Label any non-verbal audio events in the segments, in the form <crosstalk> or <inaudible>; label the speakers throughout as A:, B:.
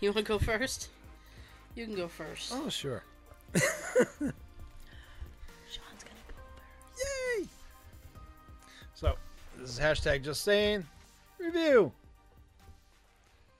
A: You want to go first? You can go first.
B: Oh, sure.
A: Sean's gonna go first.
B: Yay! So, this is hashtag just saying review.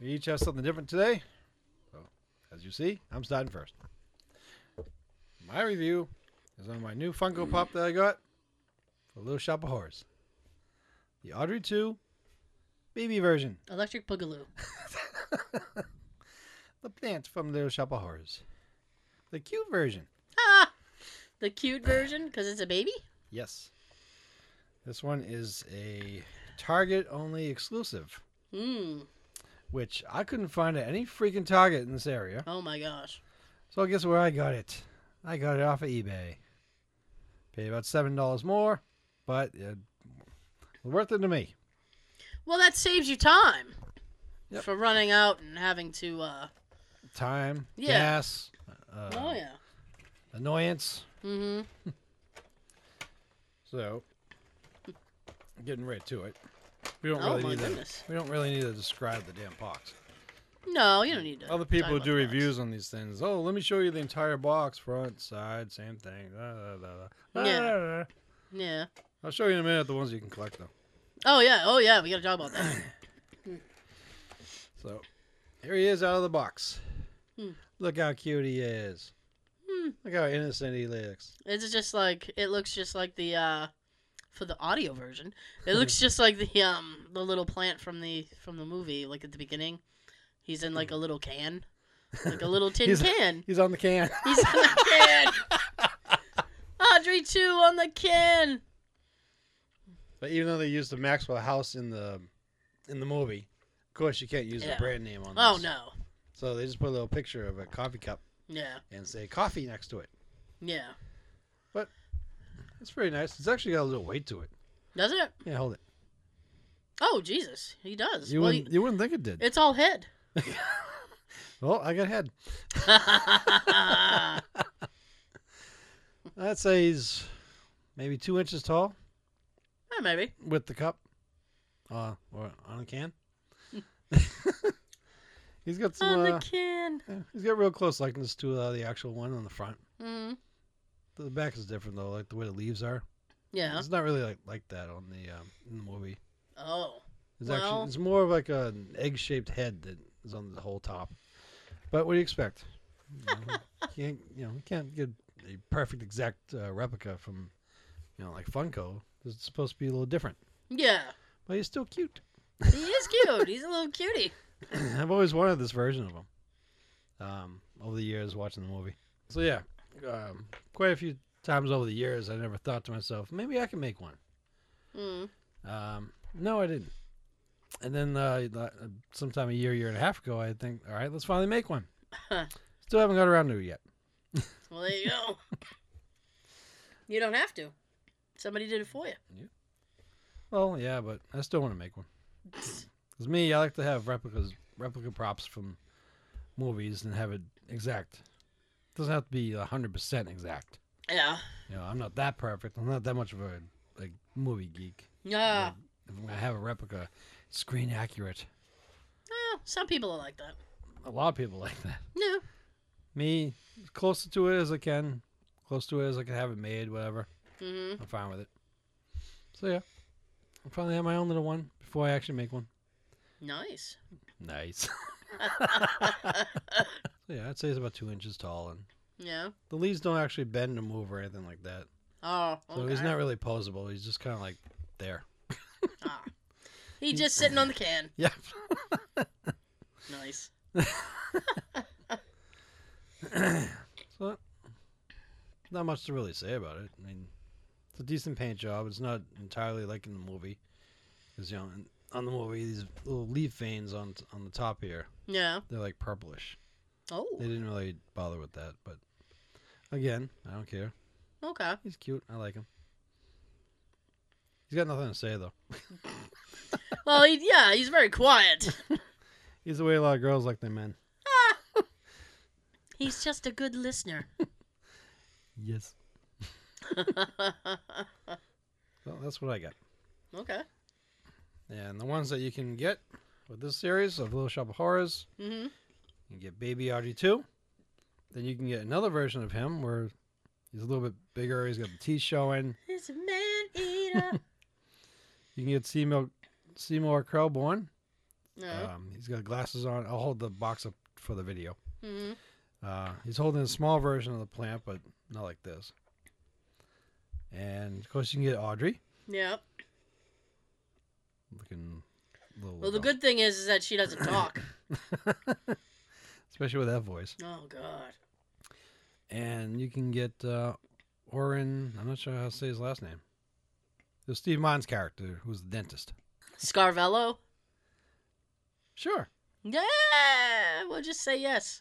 B: We each have something different today. So, as you see, I'm starting first. My review is on my new Funko Pop that I got for Little Shop of Horrors. The Audrey 2 baby <laughs> version.
A: Electric Boogaloo. <laughs>
B: The plant from Little Shop of Horrors. The cute version.
A: Ah! The cute version, because it's a baby?
B: Yes. This one is a Target only exclusive,
A: Hmm.
B: which I couldn't find at any freaking Target in this area.
A: Oh my gosh.
B: So guess where I got it? I got it off of eBay. Paid about seven dollars more, but it was worth it to me.
A: Well, that saves you time
B: Yep.
A: for running out and having to. uh
B: Time,
A: Yeah.
B: gas, uh,
A: Oh yeah.
B: annoyance.
A: Mm-hmm.
B: So getting right to it. We don't
A: Oh
B: really
A: my
B: need to,
A: goodness.
B: we don't really need to describe the damn box.
A: No, you don't need to.
B: Other people
A: talk
B: who
A: about
B: do
A: the box.
B: reviews on these things. Oh, let me show you the entire box, front, side, same thing. da, da, da, da, da,
A: Yeah.
B: da, da, da.
A: Yeah.
B: I'll show you in a minute the ones you can collect though.
A: Oh yeah. Oh yeah. We gotta talk about that.
B: So here he is out of the box.
A: Hmm.
B: Look how cute he is.
A: Hmm.
B: Look how innocent he looks.
A: It's just like it looks just like the uh for the audio version. It
B: <laughs>
A: looks just like the um the little plant from the from the movie, like at the beginning. He's in like a little can. Like a little tin
B: <laughs> He's-
A: can.
B: He's on the can. <laughs>
A: He's in the can. Audrey two on the can.
B: but even though they used the Maxwell House in the in the movie, of course you can't use
A: Yeah.
B: the brand name on this.
A: Oh no.
B: So they just put a little picture of a coffee cup
A: Yeah.
B: and say coffee next to it.
A: Yeah.
B: It's pretty nice. It's actually got a little weight to it.
A: Does it?
B: Yeah, hold it.
A: Oh Jesus. He does.
B: You
A: well,
B: wouldn't you wouldn't think it did.
A: it's all
B: <laughs>
A: head. <laughs>
B: Well, I got head. I'd say he's maybe two inches tall
A: Eh, maybe.
B: with the cup, uh, or on a can. <laughs> he's got some.
A: on
B: Uh,
A: the can.
B: yeah, he's got real close likeness to uh, the actual one on the front.
A: Mm.
B: The back is different though, like the way the leaves are.
A: Yeah.
B: It's not really like like that on the um, in the movie.
A: Oh.
B: It's
A: Well-
B: actually it's more of like an egg shaped head that is on the whole top. But what do you expect? You, know, you can't you know you can't get a perfect exact uh, replica from you know like Funko. It's supposed to be a little different,
A: Yeah.
B: but he's still cute. <clears throat>
A: He is cute. He's a little cutie.
B: I've always wanted this version of him. Um, over the years watching the movie. So yeah, um, quite a few times over the years, I never thought to myself, maybe I can make one.
A: Mm.
B: Um, no, I didn't. And then uh, the- sometime a year, year and a half ago, I think, all right, let's finally make one. Still haven't got around to it yet.
A: Well, there you go. you don't have to. Somebody did it for you.
B: Well, yeah, but I still want to make one. Because me, I like to have replicas, replica props from movies and have it exact. doesn't have to be 100% exact.
A: Yeah.
B: You know, I'm not that perfect. I'm not that much of a like movie geek.
A: Yeah.
B: If I have a replica, screen accurate.
A: Well, some people are like that.
B: A lot of people <laughs> like that.
A: No.
B: Me, as close to it as I can, close to it as I can have it made, whatever.
A: Mm-hmm.
B: I'm fine with it. So yeah, I finally have my own little one before I actually make one.
A: Nice. <laughs>
B: Nice. <laughs> so yeah, I'd say it's about two inches tall, and
A: Yeah.
B: the leaves don't actually bend or move or anything like that.
A: Oh.
B: So
A: okay.
B: he's not really posable. He's just kind of like there. <laughs>
A: Ah. He just sitting on the can.
B: Yeah.
A: Nice.
B: so not much to really say about it. I mean, it's a decent paint job. It's not entirely like in the movie, because you know, in, on the movie these little leaf veins on t- on the top here
A: Yeah.
B: they're like purplish.
A: Oh.
B: They didn't really bother with that, but again, I don't care.
A: Okay.
B: He's cute. I like him. He's got nothing to say though.
A: Well, he, yeah, he's very quiet.
B: He's the way a lot of girls like their men.
A: Ah.
B: <laughs>
A: he's just a good listener. <laughs>
B: Yes. Well, that's what I got.
A: okay.
B: And the ones that you can get with this series of Little Shop of Horrors
A: Mm-hmm.
B: You get baby RG2. Then you can get another version of him where he's a little bit bigger. He's got the teeth showing.
A: It's a man
B: <laughs>
A: eater.
B: You can get Seymour, Seymour Krelborn.
A: no.
B: Um, he's got glasses on. I'll hold the box up for the video.
A: hmm
B: Uh, he's holding a small version of the plant, but not like this. And of course, you can get Audrey
A: Yep.
B: looking little.
A: Well, the good thing is, is that she doesn't <coughs>
B: <coughs>
A: talk.
B: especially with that voice.
A: oh God.
B: And you can get uh, Oren. I'm not sure how to say his last name. There's Steve Mann's character, who's the dentist.
A: Scarvello.
B: Sure,
A: Yeah. We'll just say yes.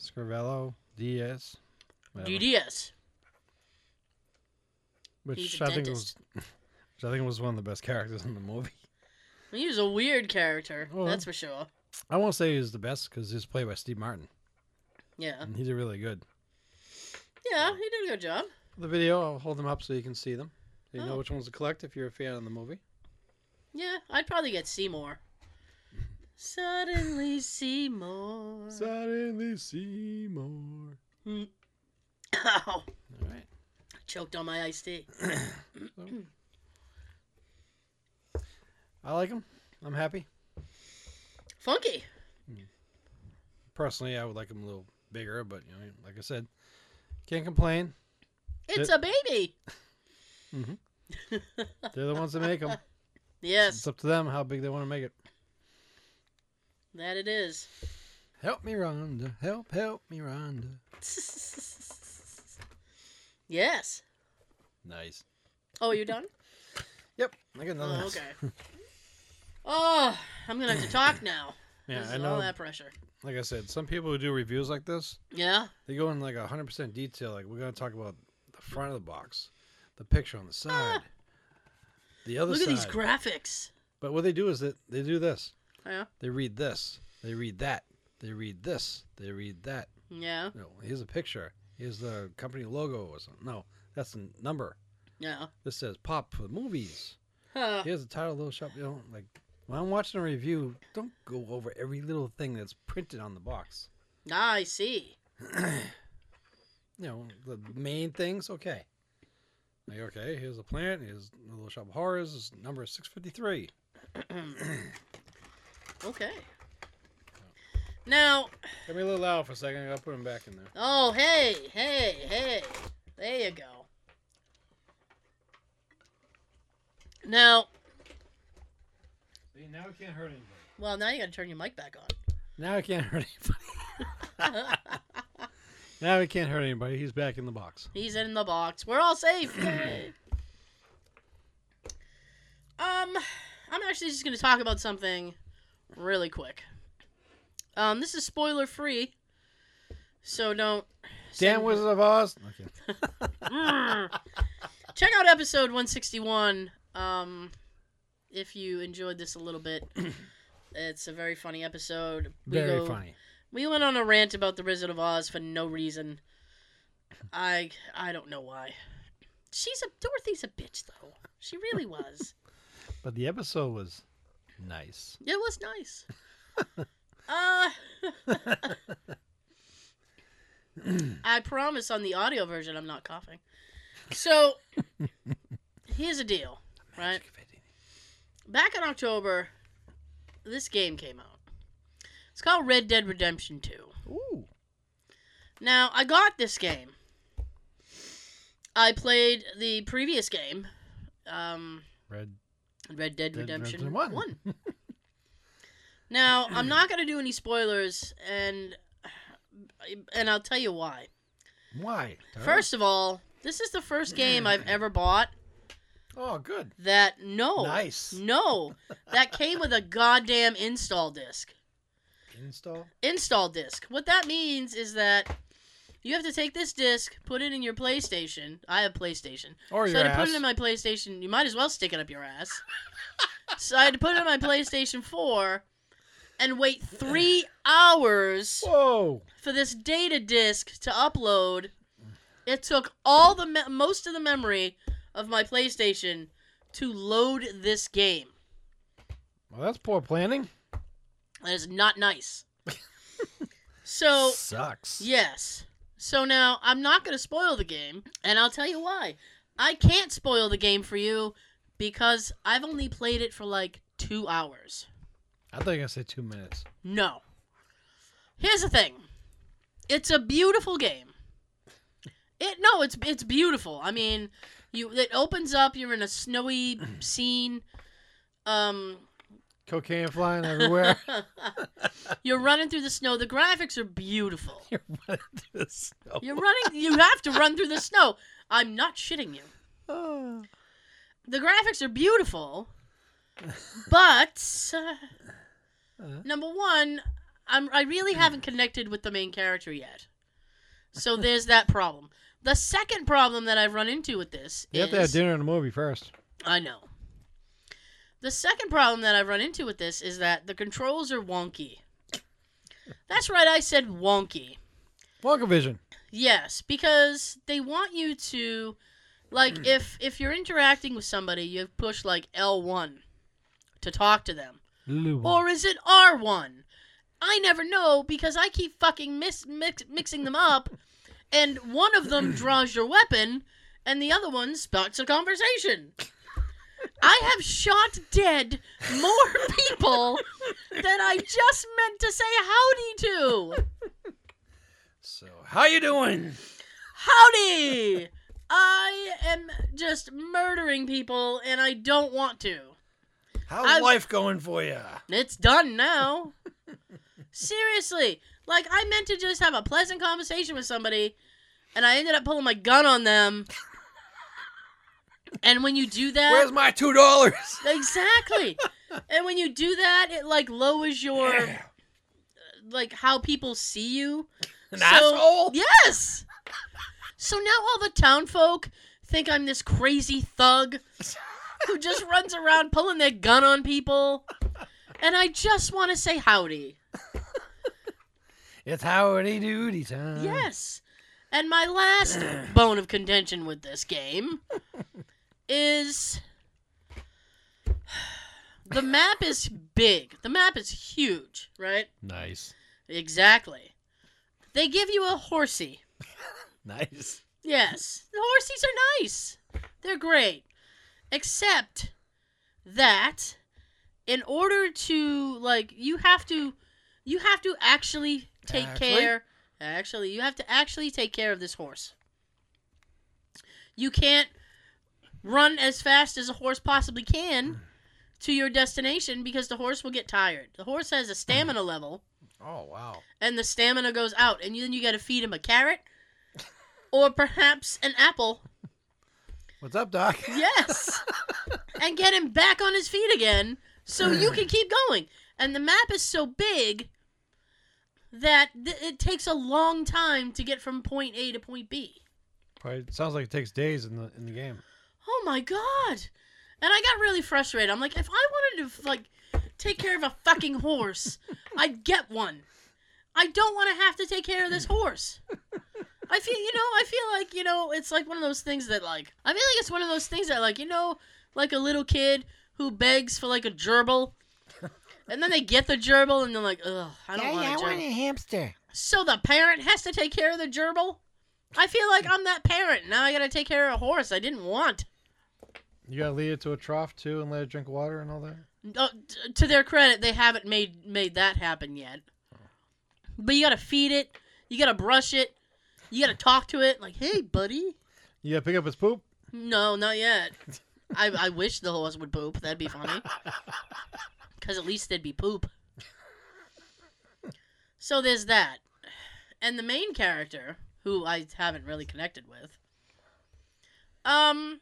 B: Scarvello, DS, whatever.
A: DDS.
B: which
A: He's a
B: I think was,
A: dentist.
B: which I think was one of the best characters in the movie.
A: He was a weird character.
B: Well.
A: That's for sure.
B: I won't say he's the best because he's played by Steve Martin,
A: Yeah.
B: and he did really good.
A: Yeah. He did a good job.
B: For the video, I'll hold them up so you can see them. So you know
A: Oh.
B: which ones to collect if you're a fan of the movie.
A: Yeah. I'd probably get Seymour. Suddenly Seymour.
B: Suddenly Seymour.
A: <coughs> Ow.
B: All right.
A: Choked on my iced tea.
B: I like him. I'm happy.
A: Funky.
B: Personally, I would like him a little bigger, but you know, like I said, can't complain.
A: It's
B: It-
A: a baby.
B: They're the ones that make them.
A: <laughs> Yes.
B: It's up to them how big they want to make it.
A: That it is.
B: Help me, Rhonda. Help, help me, Rhonda.
A: <laughs> yes.
B: Nice.
A: Oh, you
B: <laughs>
A: done?
B: Yep, I got another.
A: Oh,
B: one.
A: okay. Oh, I'm gonna have to talk now.
B: <laughs> Yeah,
A: This
B: I
A: is
B: know.
A: All that pressure.
B: Like I said, some people who do reviews like this,
A: Yeah.
B: They go in like 100% detail. Like, we're going to talk about the front of the box, the picture on the side, the other
A: Ah. Look at
B: side.
A: these graphics.
B: but what they do is that they do this.
A: Yeah.
B: They read this. They read that. They read this. They read that.
A: Yeah.
B: No, here's a picture. Here's the company logo or something. No, that's the number.
A: Yeah.
B: This says pop for the movies.
A: Huh.
B: Here's the title of the shop. You know, like, when I'm watching a review, don't go over every little thing that's printed on the box.
A: Ah, I see. <clears throat>
B: you know, the main things, okay. Like, okay, here's the plant, here's the little shop of horrors, it's number 653.
A: Okay. Now,
B: Give me a little loud for a second, I gotta put him back in there.
A: oh hey, hey, hey. There you go. Now,
B: See, now it can't hurt anybody.
A: well, now you gotta turn your mic back on.
B: Now it can't <laughs> hurt anybody.
A: <laughs>
B: now it can't hurt anybody, he's back in the box.
A: He's in the box. We're all safe.
B: <coughs>
A: Yay. um, I'm actually just going to talk about something really quick. Um, this is spoiler free, so don't.
B: Damn
A: send- <laughs>
B: Wizard of Oz! Okay.
A: Mm. Check out episode 161. Um, if you enjoyed this a little
B: <coughs>
A: bit, it's a very funny episode. We
B: Very
A: go-
B: funny.
A: we went on a rant about the Wizard of Oz for no reason. I I don't know why. She's a Dorothy's a bitch though. She really was.
B: But the episode was nice.
A: <laughs> it was nice. Uh I promise on the audio version I'm not coughing. So here's the deal. Right.
B: Magic of editing.
A: Back in October, this game came out. It's called Red Dead Redemption 2.
B: Ooh.
A: Now, I got this game. I played the previous game, um,
B: Red.
A: Red Dead
B: Dead
A: Redemption,
B: Redemption
A: 1.
B: one.
A: now, I'm not going to do any spoilers, and and I'll tell you why.
B: Why? Tara?
A: First of all, this is the first game I've ever bought
B: Oh, good.
A: that, no.
B: Nice.
A: No. That came with a goddamn install disc.
B: Install?
A: install disk. What that means is that you have to take this disk, put it in your PlayStation. I have PlayStation.
B: Or
A: so I had
B: your
A: to
B: ass.
A: put it in my PlayStation. You might as well stick it up your ass. so I had to put it in my PlayStation 4 and wait three hours
B: Whoa!
A: for this data disk to upload. It took all the me- most of the memory of my PlayStation to load this game.
B: Well, that's poor planning. <laughs>
A: That is not nice. So
B: Sucks.
A: Yes. So now I'm not going to spoil the game, and I'll tell you why. I can't spoil the game for you because I've only played it for like two hours.
B: I thought you were gonna say two minutes.
A: No. Here's the thing. It's a beautiful game. It no, it's it's beautiful. I mean, you it opens up. You're in a snowy scene. Um, <laughs>
B: Cocaine flying everywhere.
A: you're running through the snow. The graphics are beautiful.
B: You're running through the snow.
A: <sighs> You're running. You have to run through the snow. I'm not shitting you.
B: Oh.
A: the graphics are beautiful, but uh,
B: Uh-huh.
A: number one, I'm I really haven't connected with the main character yet, so there's that problem. The second problem that I've run into with this
B: You have to have
A: is
B: dinner and a movie first.
A: I know. The second problem that I've run into with this is that the controls are wonky. That's right, I said wonky.
B: Vision.
A: Yes, because they want you to like if if you're interacting with somebody, you push like L1 to talk to them.
B: Lulu.
A: Or is it R1? I never know because I keep fucking mis- mix- mixing them up and one of them draws your weapon and the other one starts a conversation. I have shot dead more <laughs> people than I just meant to say howdy to.
B: So how you doing?
A: Howdy! I am just murdering people and I don't want to.
B: How's
A: I'm- Uh,
B: life going for you?
A: It's done now. Seriously. Like, I meant to just have a pleasant conversation with somebody and I ended up pulling my gun on them. and when you do that.
B: Where's my two dollars?
A: <laughs> exactly. and when you do that, it, like, lowers
B: <laughs>
A: your. Like, how people see you.
B: An
A: So-
B: <laughs> asshole.
A: Yes. So now all the town folk think I'm this crazy thug who just runs around pulling their gun on people, and I just want to say howdy.
B: It's howdy doody time.
A: Yes. And my last bone of contention with this game is the map is big. The map is huge, right?
B: Nice.
A: Exactly. They give you a horsey.
B: Nice.
A: Yes, the horsies are nice. They're great. Except that in order to like you have to you have to actually take
B: Actually?
A: care actually you have to actually take care of this horse. You can't run as fast as a horse possibly can to your destination because the horse will get tired. The horse has a stamina level
B: Oh wow.
A: and the stamina goes out, and then you got to feed him a carrot or perhaps an apple.
B: What's up, Doc?
A: Yes, <laughs> and get him back on his feet again, so you can keep going. And the map is so big that th- it takes a long time to get from point A to point B.
B: <laughs> Probably sounds like it takes days in the in the game.
A: Oh my god! And I got really frustrated. I'm like, if I wanted to like take care of a fucking <laughs> horse, I'd get one. I don't want to have to take care of this horse. I feel, you know, I feel like, you know, it's like one of those things that like I feel like it's one of those things that like, you know, like a little kid who begs for like a gerbil. And then they get the gerbil and they're like, ugh, I don't want a gerbil.
B: hamster.
A: So the parent has to take care of the gerbil? I feel like I'm that parent. Now I gotta take care of a horse I didn't want.
B: You gotta lead it to a trough too, and let it drink water and all that.
A: Uh, t- to their credit, they haven't made made that happen yet. But you gotta feed it, you gotta brush it, you gotta talk to it. Like, hey, buddy.
B: You gotta pick up its <laughs> poop.
A: No, not yet. I I wish the horse would poop. That'd be funny.
B: Mm-hmm.
A: Cause at least there'd be poop. So there's that, and the main character who I haven't really connected with. Um,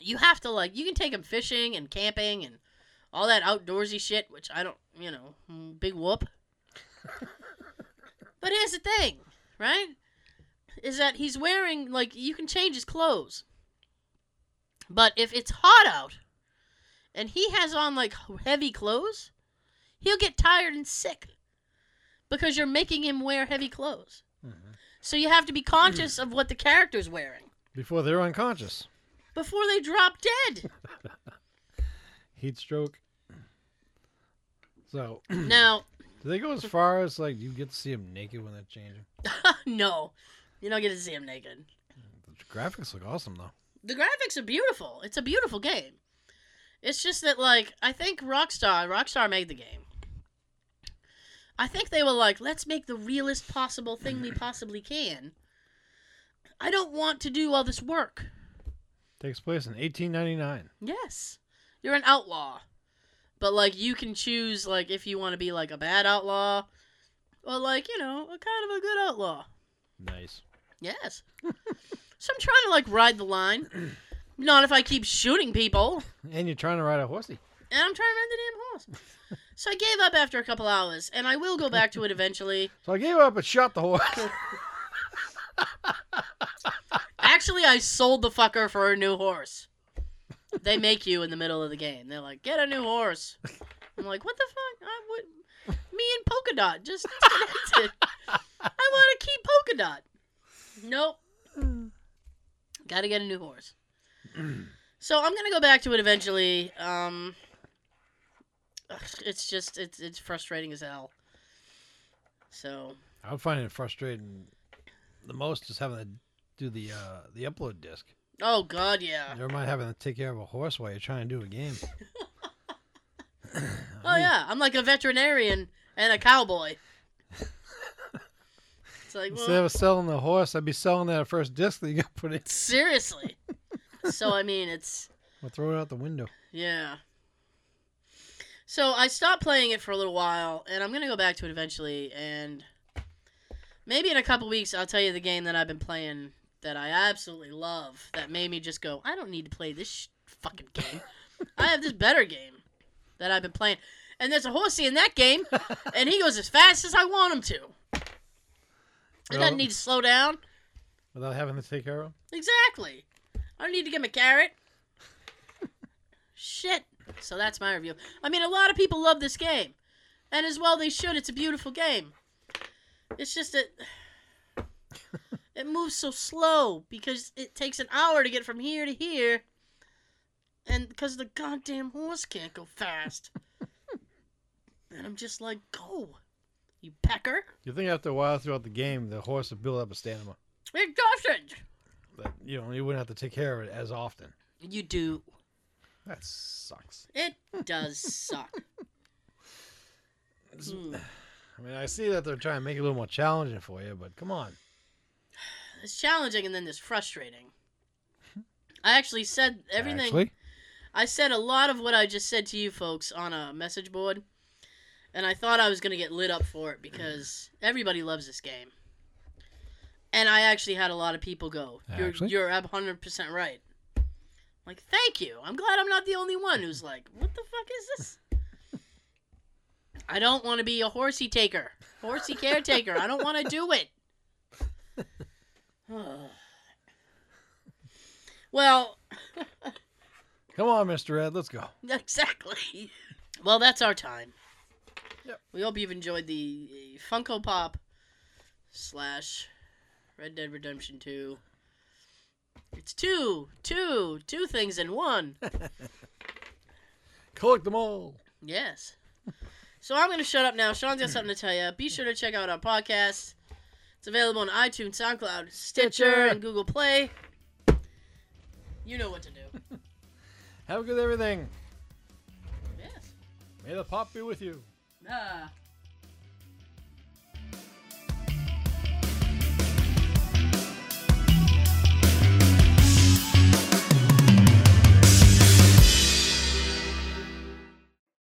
A: you have to like you can take him fishing and camping and all that outdoorsy shit, which I don't, you know, mm, big whoop. but here's the thing, right? Is that he's wearing like you can change his clothes, but if it's hot out and he has on like heavy clothes, he'll get tired and sick because you're making him wear heavy clothes. So you have to be conscious of what the character's wearing
B: Before they're unconscious.
A: before they drop dead.
B: Heat stroke. So
A: Now, <laughs>
B: Do they go as far as like you get to see him naked when they change him?
A: no, you don't get to see him naked.
B: The graphics look awesome though.
A: The graphics are beautiful. It's a beautiful game. It's just that like I think Rockstar Rockstar made the game. I think they were like, let's make the realest possible thing we possibly can. I don't want to do all this work.
B: Takes place in 1899.
A: Yes. You're an outlaw. But like you can choose like if you want to be like a bad outlaw or like, you know, a kind of a good outlaw.
B: Nice.
A: Yes. so I'm trying to like ride the line. Not if I keep shooting people.
B: And you're trying to ride a horsey.
A: And I'm trying to ride the damn horse. so I gave up after a couple hours, and I will go back to it eventually.
B: So I gave up and shot the horse.
A: Actually, I sold the fucker for a new horse. They make you in the middle of the game. They're like, get a new horse. I'm like, what the fuck? I would... Me and Polka Dot just disconnected. I want to keep Polka Dot. Nope. Gotta get a new horse. so I'm gonna go back to it eventually. Um, ugh, it's just it's it's frustrating as hell. So
B: I'm finding it frustrating. The most is having to do the uh, the upload disc.
A: oh god yeah
B: Never mind having to take care of a horse while you're trying to do a game.
A: oh yeah I'm like a veterinarian and a cowboy. it's like well,
B: Instead of selling the horse, I'd be selling that first disc that you got put in.
A: seriously. so I mean it's
B: I'll throw it out the window. <laughs>
A: Yeah. So I stopped playing it for a little while, and I'm gonna go back to it eventually, and maybe in a couple weeks I'll tell you the game that I've been playing that I absolutely love that made me just go, I don't need to play this sh- fucking game. I have this better game that I've been playing, and there's a horsey in that game, and he goes as fast as I want him to. It
B: Well-
A: doesn't need to slow down.
B: Without having to take care of him?
A: Exactly. I don't need to give him a carrot. Shit. So that's my review. I mean, a lot of people love this game, and as well they should. It's a beautiful game. It's just that it moves so slow because it takes an hour to get from here to here, and because the goddamn horse can't go fast. and I'm just like, go, you pecker.
B: You think after a while throughout the game, the horse would build up a stamina.
A: It doesn't.
B: That, you know, you wouldn't have to take care of it as often.
A: You do.
B: That sucks.
A: It does suck.
B: It's-
A: Mm.
B: I mean, I see that they're trying to make it a little more challenging for you, but come on.
A: It's challenging and then there's frustrating. I actually said everything.
B: Actually,
A: I said a lot of what I just said to you folks on a message board, and I thought I was going to get lit up for it because everybody loves this game. And I actually had a lot of people go, You're,
B: Actually?
A: you're 100% right. Like, thank you. I'm glad I'm not the only one who's like, What the fuck is this? I don't want to be a horsey taker, horsey caretaker. I don't want to do it. <sighs> well,
B: come on, Mr. Ed, let's go.
A: <laughs> Exactly. Well, that's our time.
B: Yep.
A: We hope you've enjoyed the Funko Pop slash Red Dead Redemption 2. It's two, two, two things in
B: <laughs>
A: one.
B: Collect them all.
A: yes. So I'm going to shut up now. Sean's got something to tell you. Be sure to check out our podcast. It's available on iTunes, SoundCloud, Stitcher,
B: Stitcher.
A: and Google Play. You know what to do. <laughs>
B: Have a good everything.
A: yes.
B: May the pop be with you.
A: Ah.